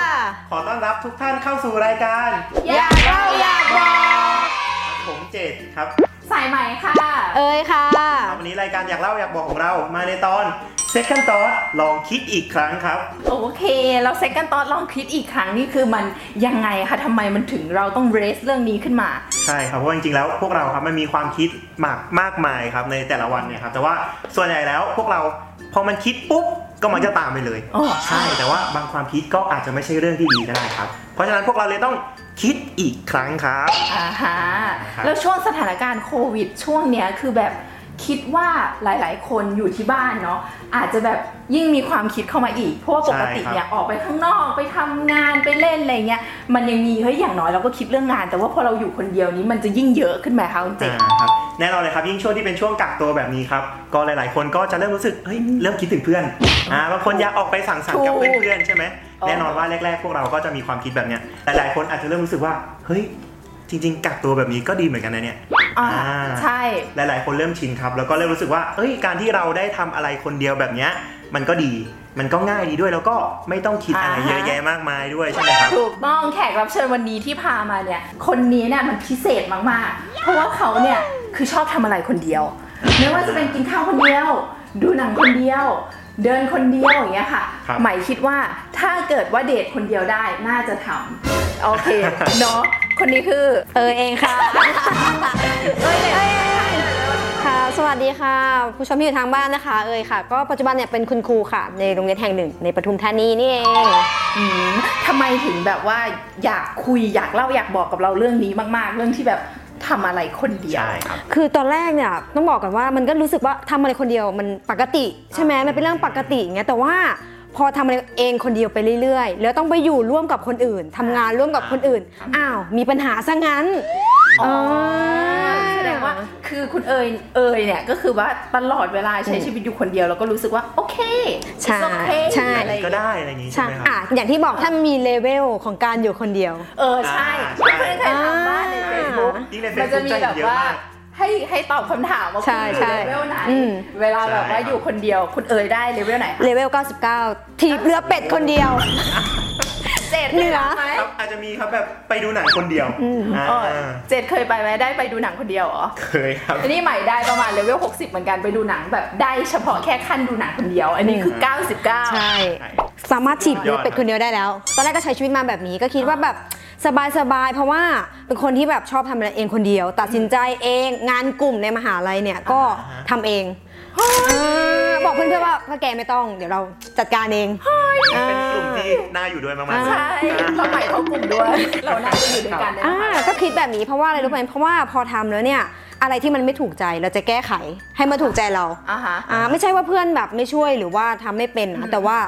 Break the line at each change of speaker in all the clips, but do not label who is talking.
ทุกท่านเข้าสู่รายการ
อยากเล่าอยากบอก
ผมเจตครับ
สายใหม่ค่ะ
เอ้ยค่ะ
ครับ วันนี้รายการอยากเล่าอยากบอกของเรามาในตอน Second Thought ลองคิดอีกครั้งครับ
โอเค แล้วเซ็กันตอนลองคิดอีกครั้งนี่คือมันยังไงคะทำไมมันถึงเราต้องเรสเรื่องนี้ขึ้นมา
ใช่ครับเพราะว่าจริงๆแล้วพวกเราครับมันมีความคิดมากมากมายครับในแต่ละวันเนี่ยครับแต่ว่าส่วนใหญ่แล้วพวกเราพอมันคิดปุ๊บก็มันจะตามไปเลย
อ๋อ
ใช่แต่ว่าบางความคิดก็อาจจะไม่ใช่เรื่องที่ดีก็ได้ครับ เพราะฉะนั้นพวกเราเลยต้องคิดอีกครั้งครับ
อ่าฮะ
ครับ
แล้วช่วงสถานการณ์โควิด ช่วงเนี้ยคือแบบคิดว่าหลาย ๆ คนอยู่ที่บ้านเนาะอาจจะแบบยิ่งมีความคิดเข้ามาอีก เพราะว่าปกติเนี่ยออกไปข้างนอกไปทำงานไปเล่นอะไรเงี้ยมันยังมีเฮ้ยอย่างน้อยเราก็คิดเรื่องงาน แต่ว่าพอเราอยู่คนเดียวนี้มันจะยิ่งเยอะขึ้นไหมคะคุณเจ
อ่าครับแน่นอนเลยครับยิ่งช่วงที่เป็นช่วงกักตัวแบบนี้ครับก็หลายๆ คนก็จะเริ่มรู้สึกเฮ้ยเริ่มคิดถึงเพื่อนอ่าบางคนอยากออกไปสังสรรค์กับเพื่อนๆใช่ไหมแน่นอนว่าแรกๆ พวกเราก็จะมีความคิดแบบเนี้ยหลายๆ คนอาจจะเริ่มรู้สึกว่าเฮ้ยจริง ๆ กักตัวแบบนี้ก็ดีเหมือนกันนะเนี่ย
อ่า
อ่า
ใช่
หลายๆ คนเริ่มชินครับ แล้วก็เริ่มรู้สึกว่า เอ้ย การที่เราได้ทำอะไรคนเดียวแบบเนี้ย มันก็ดี มันก็ง่ายดีด้วย แล้วก็ไม่ต้องคิดอะไร
อ่าฮะ
เยอะแยะมากมายด้วยใช่ไหมครับ
ถูกต้องแขกรับเชิญวันนี้ที่พามาเนี่ย คนนี้เนี่ยมันพิเศษมาก ๆ เพราะว่าเขาเนี่ยคือชอบทำอะไรคนเดียว ไม่ว่าจะเป็นกินข้าวคนเดียว ดูหนังคนเดียว เดินคนเดียวอย่างเงี้ยค่ะ
ครับ
หมายคิดว่าถ้าเกิดว่าเดทคนเดียวได้น่าจะทำโอเค เนาะคนนี้คือ
เออเองค่ะ
เอ้ยเลย
ค่ะ สวัสดีค่ะ ผู้ชมที่อยู่ทางบ้านนะคะ เอยค่ะ ก็ปัจจุบันเนี่ยเป็นคุณครูค่ะ ในโรงเรียนแห่งหนึ่งในปทุมธานีนี่เอง
อืมทำไมถึงแบบว่าอยากคุยอยากเล่าอยากบอกกับเราเรื่องนี้มาก ๆ เรื่องที่แบบทำอะไรคนเดียว
ใช่ครับ
คือตอนแรกเนี่ยต้องบอกกันว่ามันก็รู้สึกว่าทำอะไรคนเดียวมันปกติใช่ไหมมันเป็นเรื่องปกติอย่างเงี้ยแต่ว่าพอทำอะไรเองคนเดียวไปเรื่อยๆ แล้วต้องไปอยู่ร่วมกับคนอื่นทำงานร่วมกับคนอื่นอ้าวมีปัญหาซะงั้น
อ๋อ
เออ
แสดงว่าคือคุณเอยเอยเนี่ยก็คือว่าตลอดเวลาใช้ชีวิตอยู่คนเดียวแล้วก็รู้สึกว่า โอเค
ใช่
it's okay
ใช่
อะไรอย่าง
ก็
เงี้ย
ได้ อะไรอย่างงี้
ใช่
ใช่ไหมค
อ่ะ
รับ
อย่างที่บอกถ้ามีเลเวลของการอยู่คนเดียว
เออ ใช่
อ่าใช่
เพื่อนเคยถามว่าในเฟซบุ๊ก
ยิ่งในเฟ
มัน
ซ
จะ
บุ๊ก
มี
จะ
แบ
เห็น
บ
เยอะ
ว่าม
าก
ให้ให้ตอบคำถามว่า
ใช่
คุณอยู่
ใช่
เลเวลไหน
อืม
เวลาแบบว่า
ใช่ครับ
อยู่คนเดียวคุณเอยได้เลเวลไหนคะ
เลเวล 99 ทีบเรือเป็ดคนเดียว
เจ็ด
เหนือ
ไหม
ครับ อาจจะมีครับแบบไปดูหนังคนเดียวอ่า
เออเจ็ดเคยไปไหมได้ไปดูหนังคนเดียวเหรอ
เคยครับ
อันนี้ใหม่ได้ประมาณเลเวล60 เหมือนกันไปดูหนังแบบได้เฉพาะแค่ขั้นดูหนังคนเดียว อันนี้คือ 99
ใช่ สามารถถีบเรือเป็ดคนเดียวได้แล้ว ตอนแรกก็ใช้ชีวิตมาแบบนี้ก็คิดว่าแบบสบายๆ เพราะว่าเป็นคนที่แบบชอบทำอะไรเองคนเดียว ตัดสินใจเองงานกลุ่มในมหาลัยเนี่ยก็
อ่าฮะ
ทำเองเออบอกเพื่อนๆว่าพ่อแกไม่ต้อง เดี๋ยวเราจัดการเอง
เป็นกลุ่มที่น่าอยู่ด้วยมากๆ
ใช่เราใหม่เขากลุ่มด้วย เราน่าจะอยู่ด้วยกันเนี่ย
อ่า
นะคะ
ก็คิดแบบนี้เพราะว่าอะไรรู้ไหมเพราะว่าพอทำแล้วเนี่ยอะไรที่มันไม่ถูกใจเราจะแก้ไขให้มาถูกใจเรา
อ่าฮะ
อ่าไม่ใช่ว่าเพื่อนแบบไม่ช่วยหรือว่าทำไม่เป็นนะแต่ว่า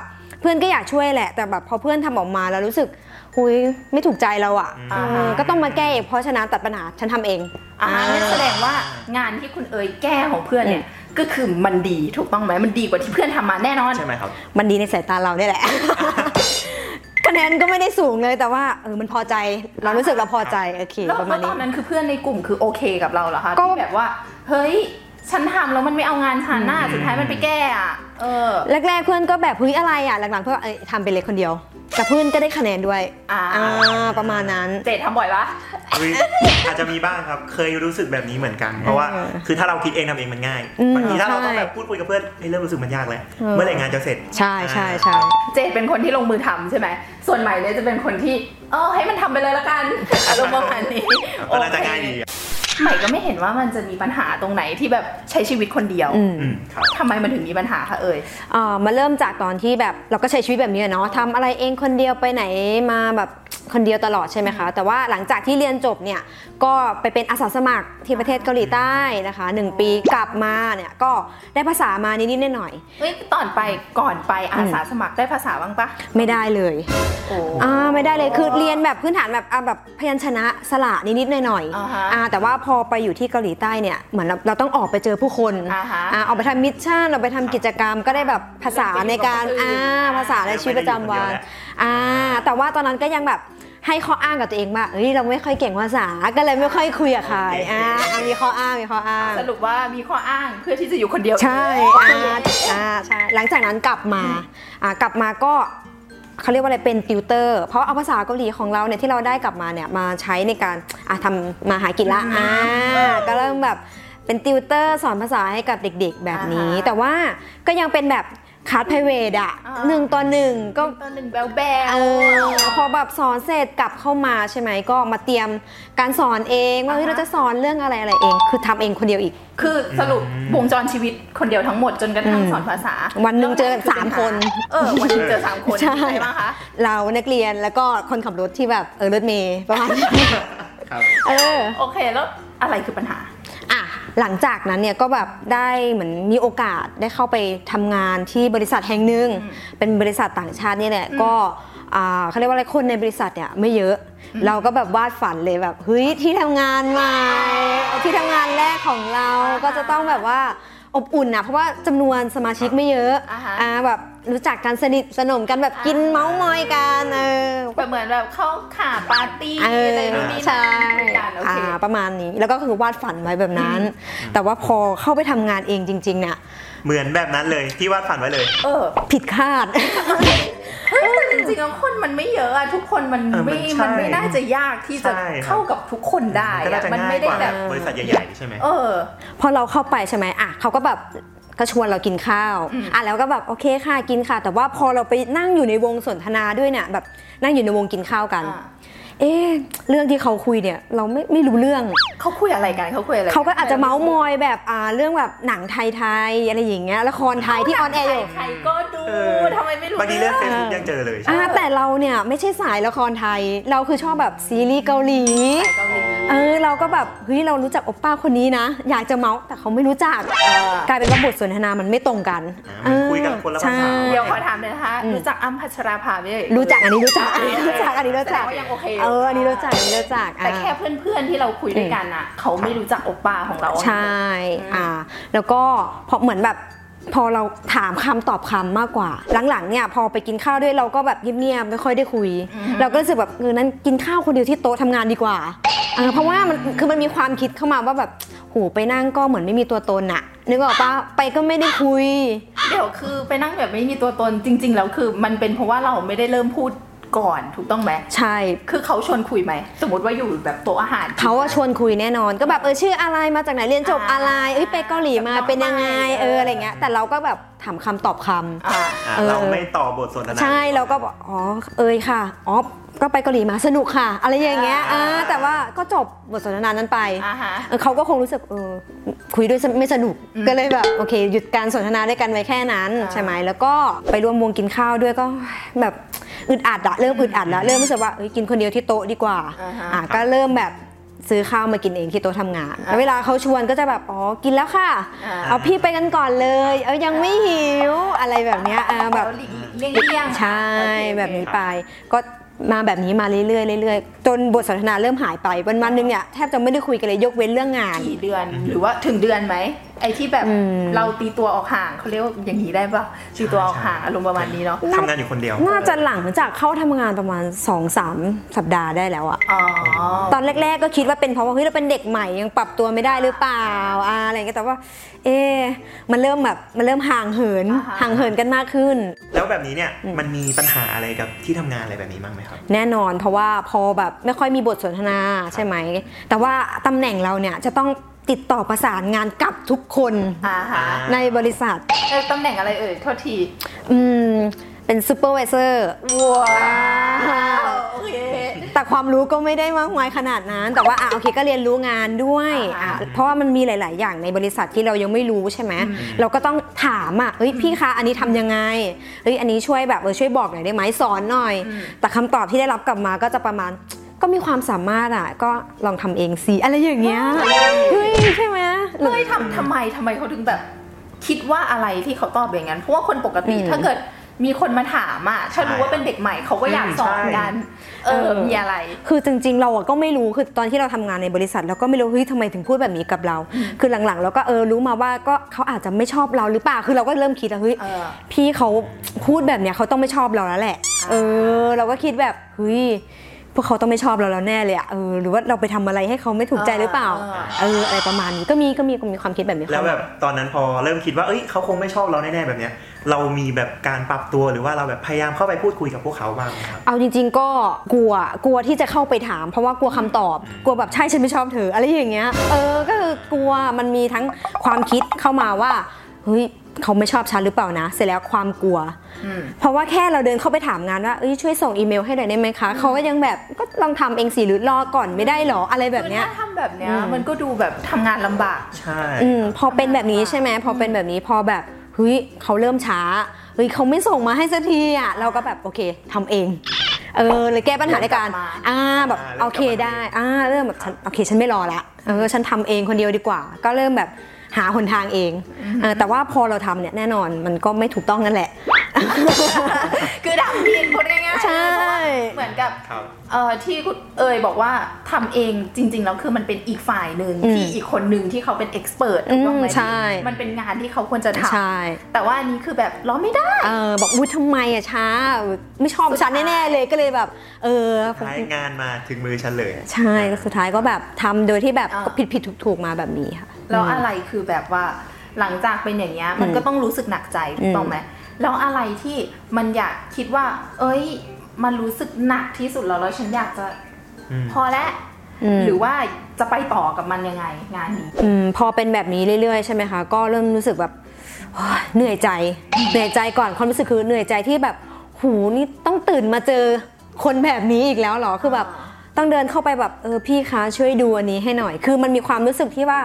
เพื่อนก็อยากช่วยแหละ แต่แบบพอเพื่อนทำออกมาแล้วรู้สึกหุยไม่ถูกใจเราอ่ะ
อืม
เออก็ต้องมาแก้เองเพราะฉะนั้นตัดปัญหาฉันทำเอง
อ่านั่นแส
อ่า
ดงว่างานที่คุณเอ๋ยแก้ของเพื่อนเนี่ย ก็คือมันดีถูกต้องไหมมันดีกว่าที่เพื่อนทำมาแน่นอน
ใช่ไหมครับ
มันดีในสายตาเราเนี่ยแหละ คะแนนก็ไม่ได้สูงเลยแต่ว่าเออมันพอใจเรารู้สึกเราพอใจโอเค
แล้ว
ประ
ต
มา
อ
ณนี้
นนั้นคือเพื่อนในกลุ่มคือโอเคกับเราเหรอคะ
ก็
ที่แบบว่า เฮ้ย ฉันทำแล้วมันไม่เอางานฉันน่ะสุดท้ายมันไปแก้อ่ะ เออ
แรกๆเพื่อนก็แบบเฮ้ยอะไรอ่ะหลังๆเพื่อนเอ้ยทำไปเลยคนเดียวแต่เพื่อนก็ได้คะแนนด้วย
อ่า
อ่าประมาณนั้น
เจดทำบ่อยปะ
อุ๊ยอาจจะมีบ้างครับ เคยรู้สึกแบบนี้เหมือนกัน เพราะว่า
เออ
คือถ้าเราคิดเองทำเองมันง่าย
อืม
บางทีถ้าเราต้อง
ใช่
แบบพูดคุยกับเพื่อนเฮ้ยเริ่มรู้สึกมันยากแล้ว
เออ
เมื่อไหร่งานจะเสร็จ
ใช่ใช่ใช่
เจดเป็นคนที่ลงมือทำใช่ไหม ส่วนใหม่เนี่ยจะเป็นคนที่ เออให้มันทำไปเลยละ กันอารมณ์ประมาณนี้
อ่าก็น่าจะง่ายดีอ่ะ
ใหม่ก็ไม่เห็นว่ามันจะมีปัญหาตรงไหนที่แบบใช้ชีวิตคนเดียว
อืม
อืมครับ
ทำไมมันถึงมีปัญหาคะเอ่ย
เอ่อมาเริ่มจากตอนที่แบบเราก็ใช้ชีวิตแบบนี้อะเนาะทำอะไรเองคนเดียวไปไหนมาแบบคนเดียวตลอดใช่ไหมคะ แต่ว่าหลังจากที่เรียนจบเนี่ยก็ไปเป็นอาสาสมัครที่ประเทศเกาหลีใต้นะคะหนึ่งปีกลับมาเนี่ยก็ได้ภาษามานิดๆหน่อย
เฮ้ยตอนไปก่อนไปอาสาสมัครได้ภาษาบ้างปะ
ๆไม่ได้เลย
โอ้
อ่าไม่ได้เลยคือเรียนแบบพื้นฐานแบบอ่าแบบพยัญชนะสระนิดๆหน่อย
อ่าฮะ
อ่าแต่ว่าพอไปอยู่ที่เกาหลีใต้เนี่ยเหมือนเราเราต้องออกไปเจอผู้คน
อาฮะ
อ่าเอาไปทำมิชชั่นเราไปทำกิจกรรมก็ได้แบบภาษาในการ
เรียนรู้กับคนอื่
อ่าน ภาษาในชีวิตประจำวัน
ไม่ได้อยู่คนเดียวแหละ
อ่าแต่ว่าตอนนั้นก็ยังแบบให้ข้ออ้างกับตัวเองว่าเฮ้ยเราไม่ค่อยเก่งภาษาก็เลยไม่ค่อยคุยกับใครอ่าอ่ะมีข้ออ้างมีข้ออ้าง
สรุปว่ามีข้ออ้างเพื่อที่จะอยู่คนเดียว
ใช่
โอ
อ่า
เค
อ่าใช่หลังจากนั้นกลับมาอ่ากลับมาก็ เขาเรียกว่าอะไรเป็นติวเตอร์ เพราะเอาภาษาเกาหลีของเราเนี่ยที่เราได้กลับมาเนี่ยมาใช้ในการอ่ะทำมาหากินละอ่าก็เริ่มแบบเป็นติวเตอร์สอนภาษาให้กับเด็กๆ แบบนี้
อ่าฮะ
แต่ว่าก็ยังเป็นแบบคาร์ดไพรเวทอะ
อ่า
หนึ่งต่อหนึ่งก็
ตอนหนึ่งแบลแบล
เออพอแบบสอนเสร็จกลับเข้ามาใช่ไหมก็มาเตรียมการสอนเองว่าเฮ้ย
อ่า
เรา
ฮะ
จะสอนเรื่องอะไรอะไรเอง คือทำเองคนเดียวอีก
คือสรุป
อืม
วงจรชีวิตคนเดียวทั้งหมดจนกระทั่ง
อืม
สอนภาษา
วันหนึ่งเจอ
แล้ว
สามคน
เออวันหนึงเจอสามคน
ใช่
ใช่ไหมคะ
เรานักเรียนแล้วก็คนขับรถที่แบบเออรถเมย์ประมาณนี้
ครับ
เออ
โอ เคแล้วอะไรคือปัญหา
อ่ะหลังจากนั้นเนี่ยก็แบบได้เหมือนมีโอกาสได้เข้าไปทำงานที่บริษัทแห่งหนึ่ง
อืม
เป็นบริษัทต่างชาติเนี่ยแหละ
อืม
ก็อ่าเขาเรียกว่าอะไรคนในบริษัทเนี่ยไม่เยอะ เราก็แบบวาดฝันเลยแบบเฮ้ยที่ทำงานใหม่ที่ทำงานแรกของเราก็จะต้องแบบว่าอบอุ่นนะเพราะว่าจำนวนสมาชิกไม่เยอะ
อ่าฮะ
อ่าแบบรู้จักกันสนิทสนมกันแบบกินเมาส์มอยกันเออ
แบบเหมือนแบบเข้าขาปาร์ตี้
เออ
อะไรนู่นนี่
ใช่
นั่นกันโอเค
อ่าประมาณนี้แล้วก็คือวาดฝันไว้แบบนั้น แต่ว่าพอเข้าไปทำงานเองจริง ๆ เนี่ย
เหมือนแบบนั้นเลยที่วาดฝันไว้เลย
เออ
ผิดคาด
เฮ้ยแต่จริงๆแล้วคนมันไม่เยอะอะทุกคนมัน
เออมัน
ไม่
ใช่
มันไม่น่าจะยากที่จะ
ใช่ครับ
เข้ากับทุกคนได้
ก็น่า
อะ
จะ
มัน
ง่าย
ไม่
ก
ได้
ว่า
แบบ
บริษัทใหญ่ๆใช่ไหม
เออ
พอเราเข้าไปใช่ไหมอ่ะเขาก็แบบก็ชวนเรากินข้าว
อืม
อ่ะแล้วก็แบบโอเคค่ะกินค่ะ แต่ว่าพอเราไปนั่งอยู่ในวงสนทนาด้วยเนี่ยแบบนั่งอยู่ในวงกินข้าวกัน
อ่ะ
เอ๊ะเรื่องที่เขาคุยเนี่ยเราไม่ไม่รู้เรื่อง
เขาคุยอะไรกันเขาคุยอะไรน
เขาก็อาจจะเมาส์มอยแบบอ่าเรื่องแบบหนังไทยๆอะไรอย่างเงี้ยละครไทยที่ออนแอร์อยู่
ใครก็ดู
เออ
ทำไมไม่รู้
บางทีเรื่องเฟซ
เ
บุ๊กยังเจอเลยใช่
อ่า
ไหม
แต่เราเนี่ยไม่ใช่สายละครไทย เราคือชอบแบบซีรีส์เกาหลี
เกาหลี
เออเราก็แบบเฮ้ยเรารู้จักโอปป้าคนนี้นะ อยากจะเมาส์แต่เขาไม่รู้จัก
เออก
ลายเป็นว่าบทสนทนามันไม่ตรงกัน
อ่ามันคุยกันคนละภาษา
ใช่
เดี๋ยวขอถามหน่อยนะคะ รู้จักอ้ํพัชราภาไหมเอ่ย
รู้จักอันนี้รู้จักอันนี้รู้จักอันนี้รู้จัก
แสดงว่ายังโอเค
เอออันนี้รู้จักอันนี้รู้จักอ่ะ
แต่แค่เพื่อนๆที่เราคุยด้วยกันอ่ะเขาไม่รู้จักโอปป้าของเรา
ใช่ อ่า แล้วก็พอเหมือนแบบพอเราถามคำตอบคำมากกว่า หลังๆเนี่ยพอไปกินข้าวด้วยเราก็แบบเงียบๆไม่ค่อยได้คุย
อือฮึ
เราก็รู้สึกแบบเออนั้นกินข้าวคนเดียวที่โต๊ะทำงานดีกว่าเออเพราะว่ามันคือมันมีความคิดเข้ามาว่าแบบโหูไปนั่งก็เหมือนไม่มีตัวตนอะนึกออกปะไปก็ไม่ได้คุย
เดี๋ยวคือไปนั่งแบบไม่มีตัวตนจริง ๆ แล้วคือมันเป็นเพราะว่าเราไม่ได้เริ่มพูดก่อนถูกต้องไหม
ใช่
คือเขาชวนคุยไหม สมมติว่าอยู่แบบโต๊ะอาหาร
เขาอะชวนคุยแน่นอนก็แบบเออชื่ออะไรมาจากไหนเรียนจบอะไรเอ้ยไปเกาหลีมาเป็นยังไงเอออะไรเงี้ยแต่เราก็แบบถามคำตอบคำ
อ่า
อ่ะ
เออ
เราไม่ต่อบทสนทนา
ใช่เราก็บอกอ๋อเอยค่ะอ๋อก็ไปเกาหลีมาสนุกค่ะ อะไรอย่างเงี้ย
อ่า
อ่าแต่ว่าก็จบบทสนทนานั้นไป
อ่าฮะ
เออเขาก็คงรู้สึกเออคุยด้วยไม่สนุก
อืม
ก็เลยแบบโอเค หยุดการสนทนาด้วยกันไว้แค่นั้น
อ่า
ใช่ไหมแล้วก็ไปรวมวงกินข้าวด้วยก็แบบอึดอัดละเริ่มอึดอัดละเริ่มรู้สึกว่าเอ้ยกินคนเดียวที่โต๊ะดีกว่า
อ่าฮะ
อ่ะก็เริ่มแบบซื้อข้าวมากินเองที่โต๊ะทำงานแล้วเวลาเขาชวนก็จะแบบอ๋อกินแล้วค่ะ
อ่า
เอาพี่ไปกันก่อนเลยเอายังไม่หิวอะไรแบบเนี้ยอ่าแบบ
เราหลีกเลี่ยงเลี่ยง
ใช่
โอเคโอเค
แบบนี้ไปก็มาแบบนี้มาเรื่อยๆเรื่อยๆจนบทสนทนาเริ่มหายไปวันวันๆหนึงเนี่ยแทบจะไม่ได้คุยกันเลยยกเว้นเรื่องงาน
กี่เดือนหรือว่าถึงเดือนไหม ไอ้ที่แบบ
อืม
เราตีตัวออกห่างเขาเรียกว่าอย่างนี้ได้ปะตีตัวออกห่างอารมณ์ประมาณนี้เนาะ
ทำงานอยู่คนเดียว
น่าจะหลังจากเข้าทำงานประมาณ 2-3 สัปดาห์ได้แล้วอะ
อ๋อ
ตอนแรกๆก็คิดว่าเป็นเพราะว่าเฮ้ยเราเป็นเด็กใหม่ยังปรับตัวไม่ได้หรือเปล่าอ่าอะไรอย่างเงี้ยแต่ว่า เอ๊ะมันเริ่มแบบมันเริ่มห่างเหิน
อ่าฮะ
ห่างเหินกันมากขึ้น
แล้วแบบนี้เนี่ยมันมีปัญหาอะไรกับที่ทำงานอะไรแบบนี้บ้างไหมครับ
แน่นอนเพราะว่าพอแบบไม่ค่อยมีบทสนทนาใช่ไหม แต่ว่าตำแหน่งเราเนี่ยจะต้องติดต่อประสานงานกับทุกคน
อ่าฮะ
ในบริษัท
เอ้ยตำแหน่งอะไรเอ่ยโทษที
อืม เป็นซูเปอร์วิเซอร์
ว้าวโอเค
แต่ความรู้ก็ไม่ได้มากมายขนาดนั้น แต่ว่าอ่ะโอเคก็เรียนรู้งานด้วย
อ่า
อ่ะเพราะว่ามันมีหลาย ๆ อย่างในบริษัทที่เรายังไม่รู้ใช่ไหม
อืม
เราก็ต้องถามอ่ะเฮ้ยพี่คะอันนี้ทำยังไง เฮ้ยอันนี้ช่วยแบบเออช่วยบอกหน่อยได้ไหมสอนหน่อย แต่คำตอบที่ได้รับกลับมาก็จะประมาณ ก็มีความสามารถอ่ะก็ลองทำเองสิอะไรอย่างเงี้ย เฮ้ยใช่ไหม
เฮ้ยทำทำไมทำไมเขาถึงแบบ คิดว่าอะไรที่เขาตอบอย่างนั้น เพราะว่าคนปกติ
อืม
ถ้าเกิดมีคนมาถามอ่ะถ้า
ใช่
รู้ว่าเป็นเด็กใหม่เขาก็อยากสอน
ใช่
กัน เอ
เอ
อ
อ
มีอะไร
คือจริงๆ เราอะก็ไม่รู้คือตอนที่เราทำงานในบริษัทเราก็ไม่รู้เฮ้ยทำไมถึงพูดแบบนี้กับเรา คือหลังๆ เราก็เออรู้มาว่าก็เขาอาจจะไม่ชอบเราหรือเปล่าคือเราก็เริ่มคิดแล้วเฮ้ย
เออ
พี่เขาพูดแบบเนี้ยเขาต้องไม่ชอบเราแล้วแหละ เออ เราก็คิดแบบเฮ้ย พวกเขาต้องไม่ชอบเราแล้วแน่เลยอะเออหรือว่าเราไปทำอะไรให้เขาไม่ถูกใจหรือเปล่าเอออะไรประมาณนี้ก็มีก็มีก็มีความคิดแบบนี้
แล้ว
เข้า
แบ
มา
บตอนนั้นพอเริ่มคิดว่าเอ้ยเขาคงไม่ชอบเราแน่ๆแบบเนี้ย เรามีแบบการปรับตัวหรือว่าเราแบบพยายามเข้าไปพูดคุยกับพวกเขาบ้างไหมครับ
เอาจริงๆก็กลัวกลัวที่จะเข้าไปถาม เพราะว่ากลัวคำตอบ กลัวแบบใช่ฉันไม่ชอบเธออะไรอย่างเงี้ยเออก็คือกลัวมันมีทั้งความคิดเข้ามาว่าเฮ้ยเขาไม่ชอบฉันหรือเปล่านะ เสร็จแล้วความกลัว
อืม
เพราะว่าแค่เราเดินเข้าไปถามงานว่าเอ้ยช่วยส่งอีเมลให้หน่อยได้ไหมคะเขาก็ยังแบบก็ลองทำเองสิหรือรอก่อนไม่ได้หรออะไรแบบเนี้ย
คือถ้าทำแบบเนี้ย
อืม
มันก็ดูแบบทำงานลำบาก
ใช่
อืมพอเป็นแบบนี้ใช่ไหมพอเป็นแบบนี้พอแบบเฮ้ยเขาเริ่มช้าเฮ้ยเขาไม่ส่งมาให้สักทีอ่ะเราก็แบบโอเคทำเองเออเลยแก้ปัญหาด้วยการ
เริ่มกลั
อ่า
บมา
แบบ
อ่าเริ่มกลับมา
โอเคได้อ่าเริ่มแบบฉันโอเคฉันไม่รอละเออฉันทำเองคนเดียวดีกว่า ก็เริ่มแบบหาหนทางเองเออแต่ว่าพอเราทำเนี่ยแน่นอนมันก็ไม่ถูกต้องนั่นแหละ
คือทำผิดพูดง่ายๆ
ใช่
เหมือนกับ
ครับ
เอ่อที่คุณเอยบอกว่าทำเองจริง ๆ แล้วคือมันเป็นอีกฝ่ายหนึ่ง
อืม
ที่อีกคนหนึ่งที่เขาเป็นเอ็กซ์เพรสถูกต้องไหม
อืมใช่
มันเป็นงานที่เขาควรจะท
ใช่
ำแต่ว่าอันนี้คือแบบเราไม่ได้
เออบอกอุ้ยทำไมอ่ะช้าไม่ชอบฉันแน่ๆเลยก็เลยแบบ เออ
ท้ายงานมาถึงมือฉันเลย
ใช่สุดท้ายก็แบบทำโดยที่แบบ
อ่า
ผิดผิดถูกถูกๆมาแบบนี้ค่ะ
แล้วอะไรคือแบบว่าหลังจากเป็นอย่างเงี้ยมันก็ต้องรู้สึกหนักใจถูกต้องไหมแล้วอะไรที่มันอยากคิดว่า เอ้ย มันรู้สึกหนักที่สุดแล้วแล้วฉันอยากจะ
อืม
พอแล้ว
อืม
หรือว่าจะไปต่อกับมันยังไงงานนี้
อืมพอเป็นแบบนี้เรื่อยๆใช่ไหมคะ ก็เริ่มรู้สึกแบบโอ๊ยเหนื่อยใจ เหนื่อยใจก่อนความรู้สึกคือเหนื่อยใจที่แบบหูนี่ต้องตื่นมาเจอคนแบบนี้อีกแล้วเหรอคือแบบ
อ่า
ต้องเดินเข้าไปแบบเออพี่คะช่วยดูอันนี้ให้หน่อย คือมันมีความรู้สึกที่ว่า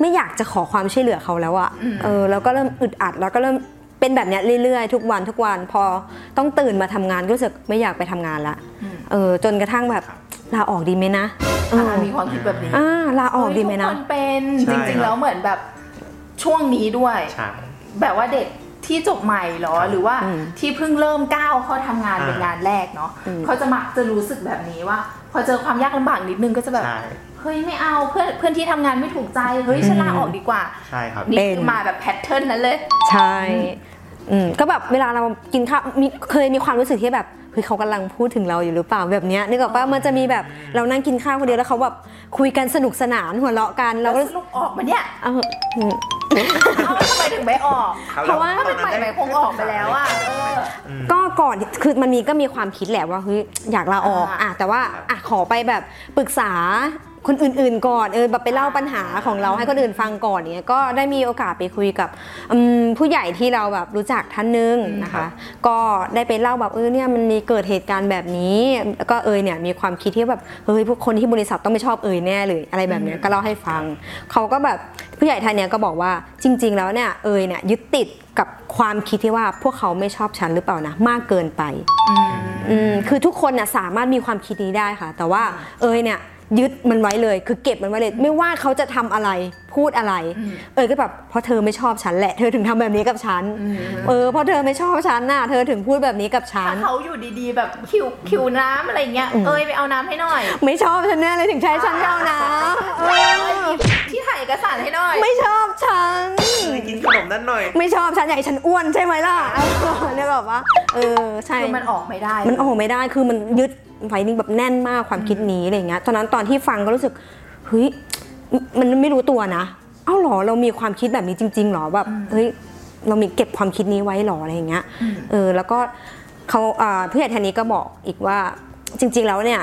ไม่อยากจะขอความช่วยเหลือเขาแล้วอะเออแล้วก็เริ่มอึดอัดแล้วก็เริ่มเป็นแบบเนี้ยเรื่อยๆ ทุกวันทุกวันพอต้องตื่นมาทำงานก็รู้สึกไม่อยากไปทำงานละเออจนกระทั่งแบบลาออกดีไหมนะเออ
อ่ามีความคิดแบบนี้
อ่าลาออกดีไหมนะ
เฮ้ยทุกคนเป็น
ใช่
จริ
ครั
งๆ
บ
แล้วเหมือนแบบช่วงนี้ด้วย
ใช่
แบบว่าเด็กที่จบใหม่เหรอ
ครับ
หรือว่า
อืม
ที่เพิ่งเริ่มก้าวเข้าทำงานเป็นงานแรกเนาะ
อืม
เขาจะมักจะรู้สึกแบบนี้ว่า พอเจอความยากลำบากนิดนึงก็จะแบบ
ใช่
เฮ้ยไม่เอาเพื่อนเพื่อนที่ทำงานไม่ถูกใจเฮ้ยฉันลาออกดีกว่า
ใช่ครับ
นี่
เป็น
คือมาแบบแพทเทิร์นนั้นเลย
ใช่อืมก็แบบเวลาเรากินข้าวมีเคยมีความรู้สึกที่แบบเฮ้ยเขากำลังพูดถึงเราอยู่หรือเปล่าแบบเนี้ยนึกออกปะมันจะมีแบบเรานั่งกินข้าวคนเดียวแล้วเขาแบบคุยกันสนุกสนานหัวเราะกันเรา
แล้ว
ก็
สรุปออกมาเนี่ย
เอออืม
เอาทำไมถึงไม่ออก
เพราะว่า
ถ้าเป็นใหม่ใหม่คงออกไปแล้วอ่ะเออ
ก็ก่อนคือมันมีก็มีความคิดแหละว่าเฮ้ยอยากลาออก
อ่า
อ่ะแต่ว่าอ่ะขอไปแบบปรึกษาคนอื่นๆก่อนเออแบบไปเล่าปัญหาของเราให้คนอื่นฟังก่อนเนี่ยก็ได้มีโอกาสไปคุยกับอืมผู้ใหญ่ที่เราแบบรู้จักท่านหนึงนะ
ครั
คะ
บ
ก็ได้ไปเล่าแบบเออเนี่ยมันมีเกิดเหตุการณ์แบบนี้แล้วก็เอยเนี่ยมีความคิดที่แบบเฮ้ยพวกคนที่บริษัทต้องไม่ชอบเอยแน่เลยอะไรแบบเนี้ยก็เล่าให้ฟัง เขาก็แบบผู้ใหญ่ท่านเนี่ยก็บอกว่าจริง ๆ แล้วเนี่ยเอยเนี่ยยึดติดกับความคิดที่ว่าพวกเขาไม่ชอบฉันหรือเปล่านะมากเกินไป
อืม
อืมคือทุกคนน่ะสามารถมีความคิดนี้ได้ค่ะ แต่ว่าเอยเนี่ยยึดมันไว้เลย คือเก็บมันไว้เลย ไม่ว่าเขาจะทำอะไรพูดอะไร
อืม
เอยก็แบบเพราะเธอไม่ชอบฉันแหละ เธอถึงทำแบบนี้กับฉัน
อืม
เออเพราะเธอไม่ชอบฉันน่ะเธอถึงพูดแบบนี้กับฉัน
ถ้าเขาอยู่ดีๆ แบบคิวคิวน้ำอะไรเงี้ย
อืม
เอ้ยไปเอาน้ำให้หน่อย
ไม่ชอบฉันแน่เลยถึงใช้ฉันเท่านะ เอ
เอ้ย
อ
ที่ถ่ายเอกสารให้หน่อย
ไม่ชอบฉัน
เคยกินขนมนั้นหน่อย
ไม่ชอบฉันอยากให้ฉันอ้วนใช่ไหมล่ะ เออเนี่ยแบบว่าเออใช่
คือมันออกไม่ได้
มันโอ้โหไม่ได้คือมันยึดไว้นี่แบบแน่นมากความคิดนี้อะไรอย่างเงี้ยตอนนั้นตอนที่ฟังก็รู้สึกเฮ้ยมันไม่รู้ตัวนะ เอ้าเหรอเรามีความคิดแบบนี้จริง ๆ หรอแบบเฮ้ยเรามีเก็บความคิดนี้ไว้หรออะไรอย่างเงี้ย
อืม
เออแล้วก็เขาอ่าเพื่อนแทนนี้ก็บอกอีกว่าจริง ๆ แล้วเนี่ย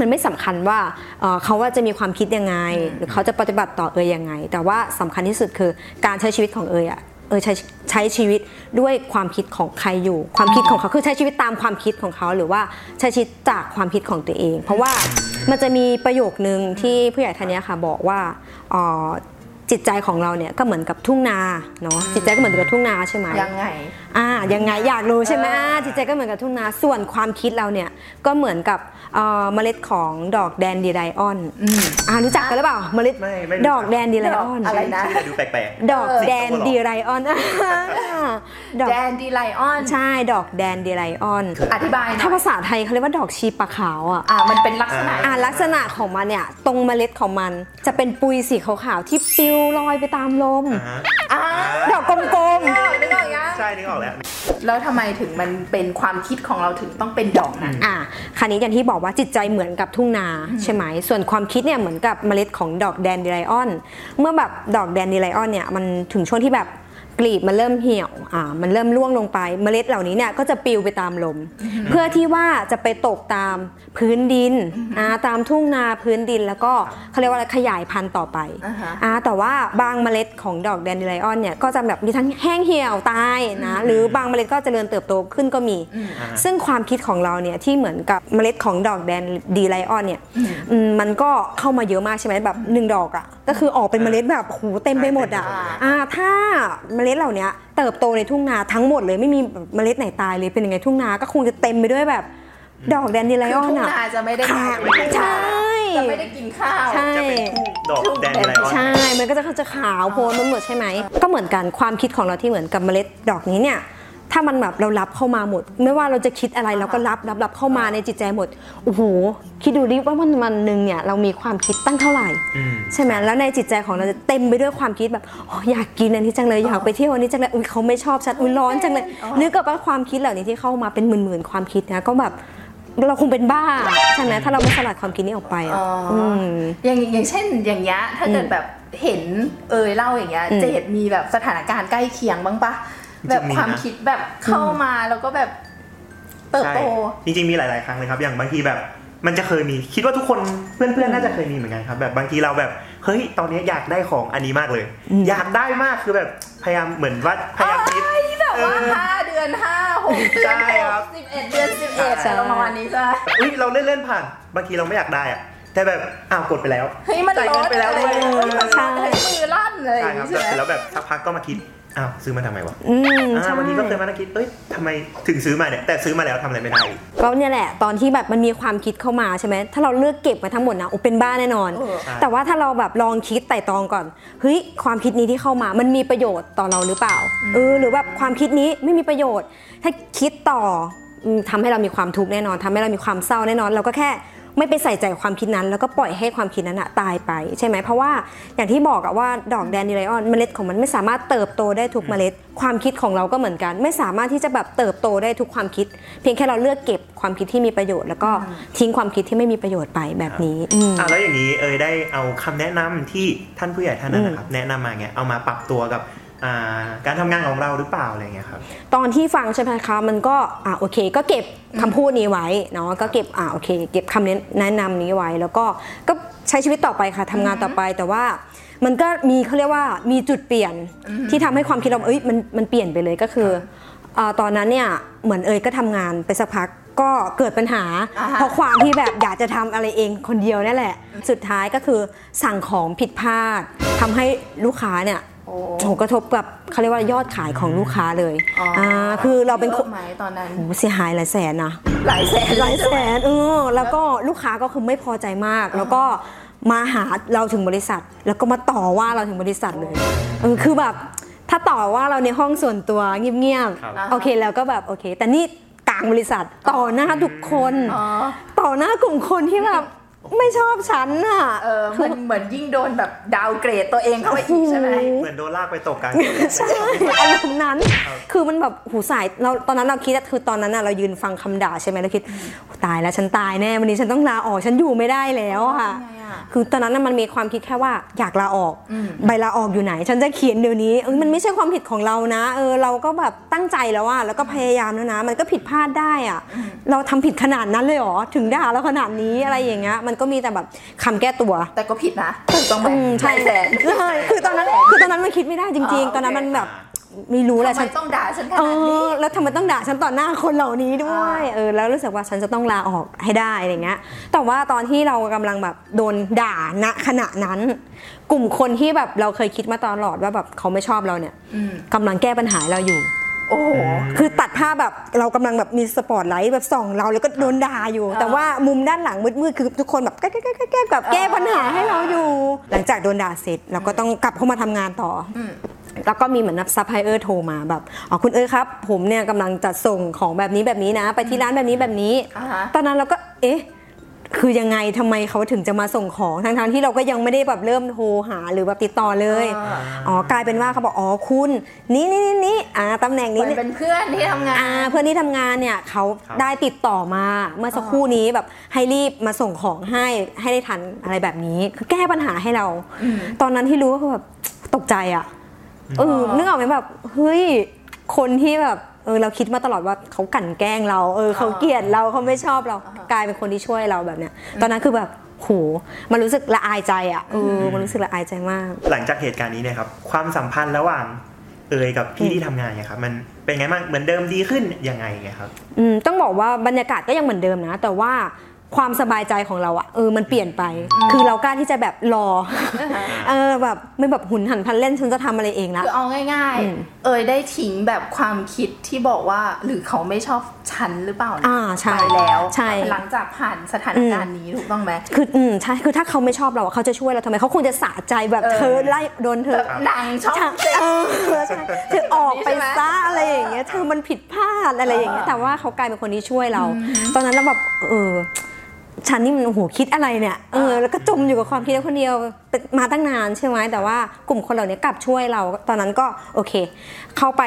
มันไม่สำคัญว่าเอ่อเขาว่าจะมีความคิดยังไง หรือเขาจะปฏิบัติต่อเอยยังไง แต่ว่าสำคัญที่สุดคือการใช้ชีวิตของเอยอะเอยใช้ใช้ชีวิตด้วยความคิดของใครอยู่ ความคิดของเขาคือใช้ชีวิตตามความคิดของเขา หรือว่าใช้ชีวิตจากความคิดของตัวเอง เพราะว่ามันจะมีประโยคนึงที่ผู้ใหญ่ท่านเนี้ยค่ะบอกว่าเอ่อจิตใจของเราเนี่ยก็เหมือนกับทุ่งนาเนาะจิตใจก็เหมือนกับทุ่งนาใช่ไหม
ยังไง
อ่ายังไงอยากรู้ใช่ไหม
เอออ่
าจิตใจก็เหมือนกับทุ่งนาส่วนความคิดเราเนี่ยก็เหมือนกับเอ่อเมล็ดของดอกแดนเดียไดออน
อืม
อ่ารู้จักกันหรือเปล่าเมล็ด
ไม่ไม่รู้จัก
ดอกแดนเดียไดออน
ดอกอะไร นะ
ชื่ดูแปลก
ดอกแดนเดียไดออนดอก
แดนดีไลออน
ใช่ดอกแดนเดียไดออน
อธิบายหน่
ถ้า
อย
ภาษาไทยเขาเรียกว่าดอกชีปะขาวอ่ะ
อ่ามันเป็นลักษณะ
อ่าลักษณะของมันเนี่ยตรงเมล็ดของมันจะเป็นปุยสีขาวๆที่ปลิวลอยไปตามลม
ๆอ่าฮะ
อ่า
ดอกกลม
นึกออกนึกออกยัง
ใช่ ช่นึกออกแล้ว
แล้วทำไมถึงมันเป็นความคิดของเราถึงต้องเป็นดอกนั้น
อ่าคราวนี้อย่างที่บอกว่าจิตใจเหมือนกับทุ่งนาใช่ไหม ส่วนความคิดเนี่ยเหมือนกับเมล็ดของดอกแดนเดไลออน เมื่อแบบดอกแดนเดไลออนเนี่ยมันถึงช่วงที่แบบกลีบมันเริ่มเหี่ยวอ่ามันเริ่มร่วงลงไปเมล็ดเหล่านี้เนี่ยก็จะปลิวไปตามลม เพื่อที่ว่าจะไปตกตามพื้นดินอ่าตามทุ่งนาพื้นดินแล้วก็เขาเรียกว่าอะไรขยายพันธุ์ต่อไป
อ่าฮะ
อ่าแต่ว่าบางเมล็ดของดอกแดนเดไลออนเนี่ยก็จะแบบมีทั้งแห้งเหี่ยวตายนะหรือบางเมล็ดก็เจริญเติบโตขึ้นก็มี
อืม
อ่า
ซึ่งความคิดของเราเนี่ยที่เหมือนกับเมล็ดของดอกแดนดีไลออนเนี่ยอืมมันก็เข้ามาเยอะมากใช่ไหมแบบหนึ่งดอกอะ่ะก็คือออกเป็นเมล็ดแบบหูเต็มไปหมดอะ่ะ
ใช่ใช่
อ่าถ้าเมล็ดเหล่าเนี้ยเติบโตในทุ่งนาทั้งหมดเลยไม่มีแบบเมล็ดไหนตายเลยเป็นยังไงทุ่งนาก็คงจะเต็มไปด้วยแบบดอกแดนดีไล
คือ
ออน
ทุ่ง
อ่ะ
นาจะไม่ได้กิน
ใช่
จะไม่ได้กินข้าว
ใช่
จะเป็นคู่ดอกแดนไลออน
ใช่ มันก็จะจะขาวโพลนไปหมดใช่ไหม ก็เหมือนกันความคิดของเราที่เหมือนกับเมล็ดดอกนี้เนี่ย ถ้ามันแบบเรารับเข้ามาหมด ไม่ว่าเราจะคิดอะไรเราก็รับรับรับเข้ามาในจิตใจหมด โอ้โห คิดดูดิว่าวันวันหนึ่งเนี่ยเรามีความคิดตั้งเท่าไหร่
อืม
ใช่ไหมแล้วในจิตใจของเราจะเต็มไปด้วยความคิดแบบโอ้ยอยากกินอันนี้จังเลยอยากไปเที่ยวอันนี้จังเลยอุ้ยเขาไม่ชอบฉันอุ้ยร้อนจังเลย
อ๋อ
นึกกับว่าความคิดเหล่านี้ที่เข้ามาเป็นหมื่นๆความคิดนะก็แบบเราคงเป็นบ้าใช่ไหมถ้าเราไม่สลัดความคิดนี้ออกไปอ่ะ
อ๋ออ
ม
อย่างอย่างเช่นอย่างเงี้ยถ้าเกิดแบบเห็นเอยเล่าอย่างเงี้ย
อืม
เจดมีแบบสถานการณ์ใกล้เคียงบ้างปะแบบ
จริงๆมีนะ
ความคิดแบบเข้ามาแล้วก็แบบเติบ
ใช่
โต
จริงๆมีหลาย ๆ ครั้งเลยครับอย่างบางทีแบบมันจะเคยมีคิดว่าทุกคนเพื่อนๆน่าจะเคยมีเหมือนกันครับ แบบบางทีเราแบบเฮ้ยตอนนี้อยากได้ของอันนี้มากเลย
อืม
อยากได้มากคือแบบพยายามเหมือนว่าพยายามคิด
แบบว่าห้าเดือนห้าหกเดือน
ใช่
ห
ครับ
กสิบเอ็ดเดือนสิบเอ็ด
ใช่
อะไรประมาณนี้ใช่ไหม
อุ้ยเราเล่น ๆ ผ่าน บางทีเราไม่อยากได้อะแต่แบบอ้าวกดไปแล้ว
เฮ้ยมัน
จ่าย
ร้
เงิ
อน น
ไปแล้ว
เลย
เออ
มันร้อน
ใช่
เลยมือลั่นอะไรอ
ใช่
ย่าง
ครับ
งี้ใช่ไหม
แล้วแบบสักพักก็มาคิดอ้าวซื้อมาทำไมวะ
อืม
อ่า
ใช่
บางทีก็เคยมานั่งคิดเอ้ยทำไมถึงซื้อมาเนี่ยแต่ซื้อมาแล้วทำอะไรไม่ได้อีก
ก็เนี่ยแหละตอนที่แบบมันมีความคิดเข้ามาใช่ไหมถ้าเราเลือกเก็บมาทั้งหมดนะโอ้เป็นบ้าแน่นอน
เออ
ใช่
แต่ว่าถ้าเราแบบลองคิดไต่ตรองก่อนเฮ้ยความคิดนี้ที่เข้ามามันมีประโยชน์ต่อเราหรือเปล่าเออหรือแบบความคิดนี้ไม่มีประโยชน์ ถ้าคิดต่ออืมทำให้เรามีความทุกข์แน่นอนทำให้เรามีความเศร้าแน่นอน เราก็แค่ไม่ไปใส่ใจความคิดนั้น แล้วก็ปล่อยให้ความคิดนั้นอะตายไปใช่ไหมเพราะว่าอย่างที่บอกอะว่าดอกแดนดิไลออนเมล็ดของมันไม่สามารถเติบโตได้ทุกเมล็ด ความคิดของเราก็เหมือนกัน ไม่สามารถที่จะแบบเติบโตได้ทุกความคิด เพียงแค่เราเลือกเก็บความคิดที่มีประโยชน์ แล้วก็ทิ้งความคิดที่ไม่มีประโยชน์ไปแบบนี้อืม
อ่ะแล้วอย่างนี้เอยได้เอาคำแนะนำที่ท่านผู้ใหญ่ท่านนั้นนะครับแนะนำมาเงี้ยเอามาปรับตัวกับอ่าการทำงานของเราหรือเปล่าอะไรเงี้ยครับ
ตอนที่ฟังใช่ไหมคะมันก็อ่ะโอเค ก็เก็บคำพูดนี้ไว้เนาะก็เก็บอ่ะโอเค เก็บคำแนะนำนี้ไว้ แล้วก็ก็ใช้ชีวิตต่อไปค่ะทำงานต่อไปแต่ว่า มันก็มีเขาเรียกว่ามีจุดเปลี่ยนที่ทำให้ความคิดเราเอ้ยมันมันเปลี่ยนไปเลยก็คืออ่าตอนนั้นเนี่ยเหมือนเอยก็ทำงานไปสักพักก็เกิดปัญหา
อ่าฮะ
เพราะความที่แบบอยากจะทำอะไรเองคนเดียวนั่นแหละ สุดท้ายก็คือสั่งของผิดพลาดทำให้ลูกค้าเนี่ย
โอ้
ผลกระทบกับเขาเรียกว่ายอดขายของลูกค้าเลย
อ๋ออ่
าคือเราเป็นคน
ไหมตอนนั้น
โอ้โหเสียหายหลายแสนนะ
หลายแสน
หลายแสนเออแล้วก็ลูกค้าก็คือไม่พอใจมาก แล้วก็มาหาเราถึงบริษัท แล้วก็มาต่อว่าเราถึงบริษัทเลยเออคือแบบถ้าต่อว่าเราในห้องส่วนตัวเงียบ
ครับ
ๆโอเคแล้วก็แบบโอเค แต่นี่กลางบริษัทต่อหน้าทุกคน
อ๋อ
ต่อหน้ากลุ่มคนที่แบบไม่ชอบฉันอ่ะ
เออมันเหมือนยิ่งโดนแบบดาวเกรดตัวเองเข้าไปอีกใช่ไหม
โอ้โ
เหมือนโดนลากไปตกกลาง
ใช่อารมณ์นั้น
ครับ
คือมันแบบหูสายเราตอนนั้นเราคิดอะคือตอนนั้นอะเรายืนฟังคำด่าใช่ไหมเราคิดโอ้ตายแล้วฉันตายแน่วันนี้ฉันต้องลาออกฉันอยู่ไม่ได้แล้วอะค่ะ
ทำไงอะ
คือตอนนั้นน่ะมันมีความคิดแค่ว่าอยากลาออก
อืม
ใบลาออกอยู่ไหน ฉันจะเขียนเดี๋ยวนี้เอ้ยมันไม่ใช่ความผิดของเรานะเออเราก็แบบตั้งใจแล้วอะแล้วก็พยายามแล้วนะ มันก็ผิดพลาดได้อะเราทำผิดขนาดนั้นเลยเหรอถึงด่าเราขนาดนี้อะไรอย่างเงี้ยมันก็มีแต่แบบคำแก้ตัว
แต่ก็ผิดนะถูกต้องไหม
อืมใช่
หลายแสน
ใช่คือตอนนั้นคือตอนนั้นมันคิดไม่ได้จริง
อ๋อ
ๆ ตอนนั้นมันแบบไม่รู้แหละ
ทำไม
ฉัน
ต้องด่าฉันข
เอ
นาดนี้
อแล้วทำไมต้องด่าฉันต่อหน้าคนเหล่านี้ด้วยเออแล้วรู้สึกว่าฉันจะต้องลาออกให้ได้อะไรเงี้ยแต่ว่าตอนที่เรากำลังแบบโดนด่าณขณะนั้น กลุ่มคนที่แบบเราเคยคิดมาตลอดว่าแบบเขาไม่ชอบเราเนี่ย
อืม
กำลังแก้ปัญหาเราอยู่
โอ้โห
คือตัดภาพแบบเรากำลังแบบมีสปอตไลท์แบบส่องเราแล้วก็โดนด่าอยู่
อ่า
แต่ว่ามุมด้านหลังมืดๆคือทุกคนแบบแก้แก้แก้แก้แก้แบบแก้ปัญหาให้เราอยู่ หลังจากโดนด่าเสร็จเราก็ต้องกลับเข้ามาทำงานต่ออ
ม
แล้วก็มีเหมือนนับซัพพลายเออร์โทรมาแบบอ๋อคุณเอ้ยครับ ผมเนี่ยกำลังจะส่งของแบบนี้แบบนี้นะ ไปที่ร้านแบบนี้แบบนี้
อ่าฮะ
ตอนนั้นเราก็เอ๊ะ คือยังไงทำไมเขาถึงจะมาส่งของทั้งๆที่เราก็ยังไม่ได้แบบเริ่มโทรหาหรือแบบติดต่อเลย
อ่า
อ๋อกลายเป็นว่าเขาบอกอ๋อคุณนี่นี่นี่นี่อ่าตำแหน่ง
เห
นี้
มือน
เนี่ย
เป็นเพื่อนที่ทำงา
อ่าน เพื่อนที่ทำงานเนี่ยเขา
ครับ
ได้ติดต่อมาเมื่อสักครู่นี้แบบให้รีบมาส่งของให้ให้ได้ทันอะไรแบบนี้คือแก้ปัญหาให้เรา
อืม
ตอนนั้นที่รู้ก็คือแบบตกใจอ่ะเออ
อ
นึกออกไหมแบบเฮ้ยคนที่แบบเออเราคิดมาตลอดว่าเขากลั่นแกล้งเราเออเขาเกลียดเราเขาไม่ชอบเรากลายเป็นคนที่ช่วยเราแบบเนี้ยตอนนั้นคือแบบโหมันรู้สึกละอายใจอ่ะเออมันรู้สึกละอายใจมาก
หลังจากเหตุการณ์นี้เนี่ยครับความสัมพันธ์ระหว่างเอยกับพี่ที่ทำงานเนี่ยครับมันเป็นไงบ้างเหมือนเดิมดีขึ้นยังไงไงครับ
อืมต้องบอกว่าบรรยากาศก็ยังเหมือนเดิมนะ แต่ว่าความสบายใจของเราอะเออมันเปลี่ยนไป คือเรากล้าที่จะแบบรอ เออแบบไม่แบบหุนหันพลันเล่นฉันจะทำอะไรเองละ
คือเอาง่าย
อืม
ๆ เอยได้ทิ้งแบบความคิดที่บอกว่าหรือเขาไม่ชอบฉันหรือเปล่า
อ่าใช่
ไปแล้ว
ใช่
หลังจากผ่านสถานการณ์นี้ถูกต้องไหม
คืออืมใช่คือถ้าเขาไม่ชอบเราอะเขาจะช่วยเราทำไมเขาคงจะสะใจแบบ
เออ
เธอไล่โดนเธอ
แบบหนังช่อง
ใช่เอ อใช่เธอออกไป
แบบนี้ใช่ไหม
ซะอะไรอย่างเงี้ยเธอมันผิดพลาดอะไรอย่างเงี้ย
เออ
แต่ว่าเขากลายเป็นคนที่ช่วยเรา ตอนนั้นเราแบบเออฉันนี่มันโอ้โหคิดอะไรเนี่ยเออแล้วก็จมอยู่กับความคิดคนเดียวเป็นมาตั้งนานใช่ไหมแต่ว่ากลุ่มคนเหล่านี้กลับช่วยเรา ตอนนั้นก็โอเค เข้าไป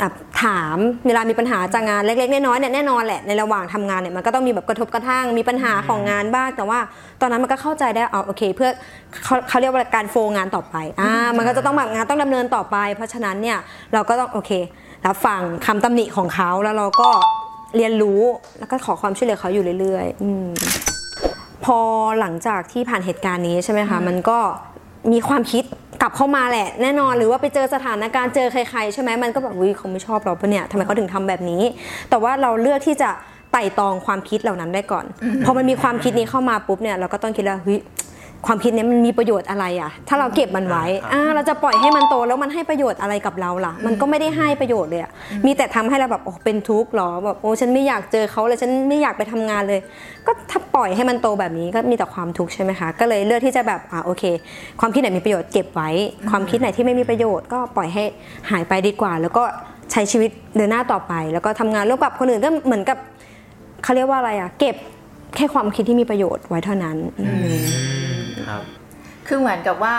อ่ะถามเวลามีปัญหาจากงานเล็กๆน้อยๆเนี่ยแน่นอนแหละในระหว่างทำงานเนี่ยมันก็ต้องมีแบบกระทบกระทั่งมีปัญหาของงานบ้างแต่ว่า ตอนนั้นมันก็เข้าใจได้อ๋อโอเค เพื่อเขาเขาเรียกว่าการโฟงานต่อไปอ่ามันก็จะต้องแบบงานต้องดำเนินต่อไป เพราะฉะนั้นเนี่ยเราก็ต้องโอเค รับฟังคำตำหนิของเขาแล้วเราก็เรียนรู้แล้วก็ขอความช่วยเหลือเขาอยู่เรื่อยๆอมพอหลังจากที่ผ่านเหตุการณ์นี้ใช่ไหมคะมันก็มีความคิดกลับเข้ามาแหละ แน่นอนหรือว่าไปเจอสถานการณ์เจอใคร ๆ ใช่ไหมมันก็แบบวิเขาไม่ชอบเราปะเนี่ยทำไมเขาถึงทำแบบนี้ แต่ว่าเราเลือกที่จะไต่ตองความคิดเหล่านั้นได้ก่อนพอมันมีความคิดนี้เข้ามาปุ๊บเนี่ยเราก็ต้องคิดแล้วเฮ้ยความคิดเนี้ยมันมีประโยชน์อะไรอะถ้าเราเก็บมันไว้
ครับ
อ่า อ่ะเราจะปล่อยให้มันโตแล้วมันให้ประโยชน์อะไรกับเราล่ะ มันก็ไม่ได้ให้ประโยชน์เลยอะมีแต่ทำให้เราแบบโอ้เป็นทุกข์หรอแบบโอ้ฉันไม่อยากเจอเขาเลยฉันไม่อยากไปทำงานเลย ก็ถ้าปล่อยให้มันโตแบบนี้ก็มีแต่ความทุกข์ใช่ไหมคะก็เลยเลือกที่จะแบบอ่าโอเค ความคิดไหนมีประโยชน์เก็บไว้ ความคิดไหนที่ไม่มีประโยชน์ก็ปล่อยให้หายไปดีกว่า แล้วก็ใช้ชีวิตเดินหน้าต่อไป แล้วก็ทำงานร่วมกับคนอื่นก็เหมือนกับเขาเรียกว่าอะไรอะเก็บแค่ความคิดที่มีประโยชน์ไว้เท่านั้นอืม
ครับ
คือเหมือนกับว่า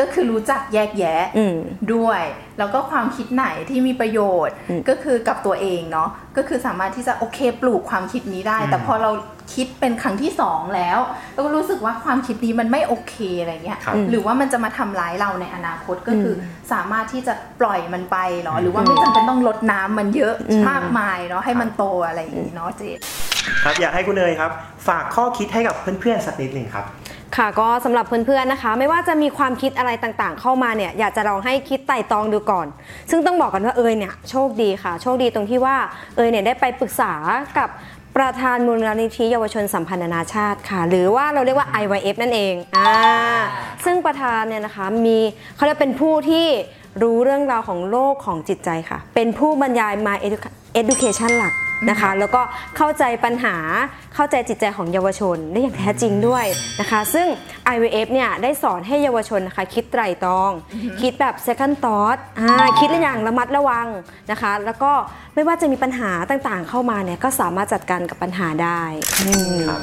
ก็คือรู้จักแยกแยะ
อืม
ด้วย แล้วก็ความคิดไหนที่มีประโยชน์
อืม
ก็คือกับตัวเองเนาะก็คือสามารถที่จะโอเคปลูกความคิดนี้ได้ แต่พอเราคิดเป็นครั้งที่สองแล้วเราก็รู้สึกว่าความคิดนี้มันไม่โอเคอะไรเงี้ย
ครับ
อืม
หรือว่ามันจะมาทำร้ายเราในอนาคตก็คืออสามารถที่จะปล่อยมันไปเหรอหรือว่าไม่จำเป็นต้องลดน้ำมันเยอะมากมายเนาะให้มันโตอะไรอย่างนี้เนาะเจด
ครับอยากให้คุณเนยครับ ฝากข้อคิดให้กับเพื่อนๆสักนิดหนึ่งครับ
ค่ะก็สำหรับเพื่อนๆนะคะ ไม่ว่าจะมีความคิดอะไรต่างๆ เข้ามาเนี่ยอยากจะลองให้คิดไต่ตองดูก่อน ซึ่งต้องบอกกันว่าเอยเนี่ยโชคดีค่ะ โชคดีตรงที่ว่าเอยเนี่ยได้ไปปรึกษากับประธานมูลนิธิเยาวชนสัมพันธ์นานาชาติค่ะ หรือว่าเราเรียกว่า IYF นั่นเองอ่าซึ่งประธานเนี่ยนะคะมีเขาเรียกเป็นผู้ที่รู้เรื่องราวของโลกของจิตใจค่ะ เป็นผู้บรรยายมา Educa- education หลัก นะคะแล้วก็เข้าใจปัญหาเข้าใจจิตใจของเยาวชนได้อย่างแท้จริงด้วยนะคะ ซึ่ง IVF เนี่ยได้สอนให้เยาวชนนะคะ คิดไตร่ตรอง คิดแบบ second thought อ่าคิดอย่างระมัดระวังนะคะ แล้วก็ไม่ว่าจะมีปัญหาต่างๆ เข้ามาเนี่ยก็สามารถจัดการกับปัญหาได้อืม
ครับ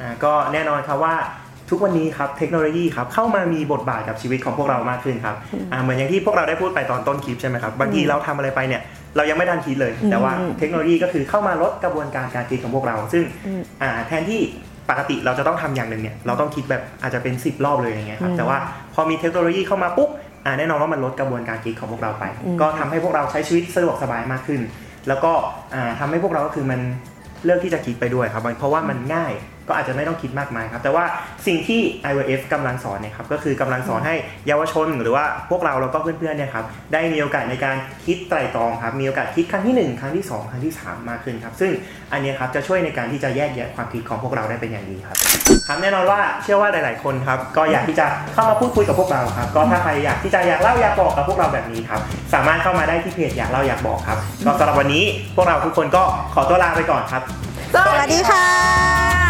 อ่าก็แน่นอนครับว่าทุกวันนี้ครับเทคโนโลยีครับเข้ามามีบทบาทกับชีวิตของพวกเรามากขึ้นครับอ่าเหมือนอย่างที่พวกเราได้พูดไปตอนต้นคลิปใช่ไหมครับบางทีเราทำอะไรไปเนี่ยเรายังไม่ทันคิดเลย
อืม
แต่ว่าเทคโนโลยีก็คือเข้ามาลดกระบวนการการคิดของพวกเรา ซึ่ง
อืม
อ่าแทนที่ปกติเราจะต้องทำอย่างหนึ่งเนี่ยเราต้องคิดแบบอาจจะเป็น 10 รอบเลยอย่างเงี้ยครั
อื
บ
ม
แต่ว่าพอมีเทคโนโลยีเข้ามาปุ๊บอ่าแน่นอนว่ามันลดกระบวนการคิดของพวกเราไป
อืม
ก็ทำให้พวกเราใช้ชีวิตสะดวกสบายมากขึ้น แล้วก็อ่าทำาให้พวกเราก็คือมัน เลือกที่จะคิดไปด้วยครับเพราะว่ามันง่ายก็อาจจะไม่ต้องคิดมากมายครับแต่ว่าสิ่งที่ IVF กำลังสอนเนี่ยครับก็คือกำลังสอนให้เยาวชนหรือว่าพวกเราแล้วก็เพื่อนๆเนี่ยครับได้มีโอกาสในการคิดไตร่ตรองครับมีโอกาสคิดครั้งทีหนึ่งครั้งที่สองครั้งที่สามมากขึ้นครับซึ่งอันเนี้ยครับจะช่วยในการที่จะแยกแยะความคิดของพวกเราได้เป็นอย่างดีครับ ครับแน่นอนว่าเชื่อว่าหลาย ๆ คนครับก็อยากที่จะเข้ามาพูดคุยกับพวกเราครับก็ถ้าใครอยากที่จะอยากเล่าอยากบอกกับพวกเราแบบนี้ครับสามารถเข้ามาได้ที่เพจอยากเล่าอยากบอกครับก็สำหรับวันนี้พวกเราทุกคนก็ขอตัวลาไปก่อนครับ
สวัสดีค่ะ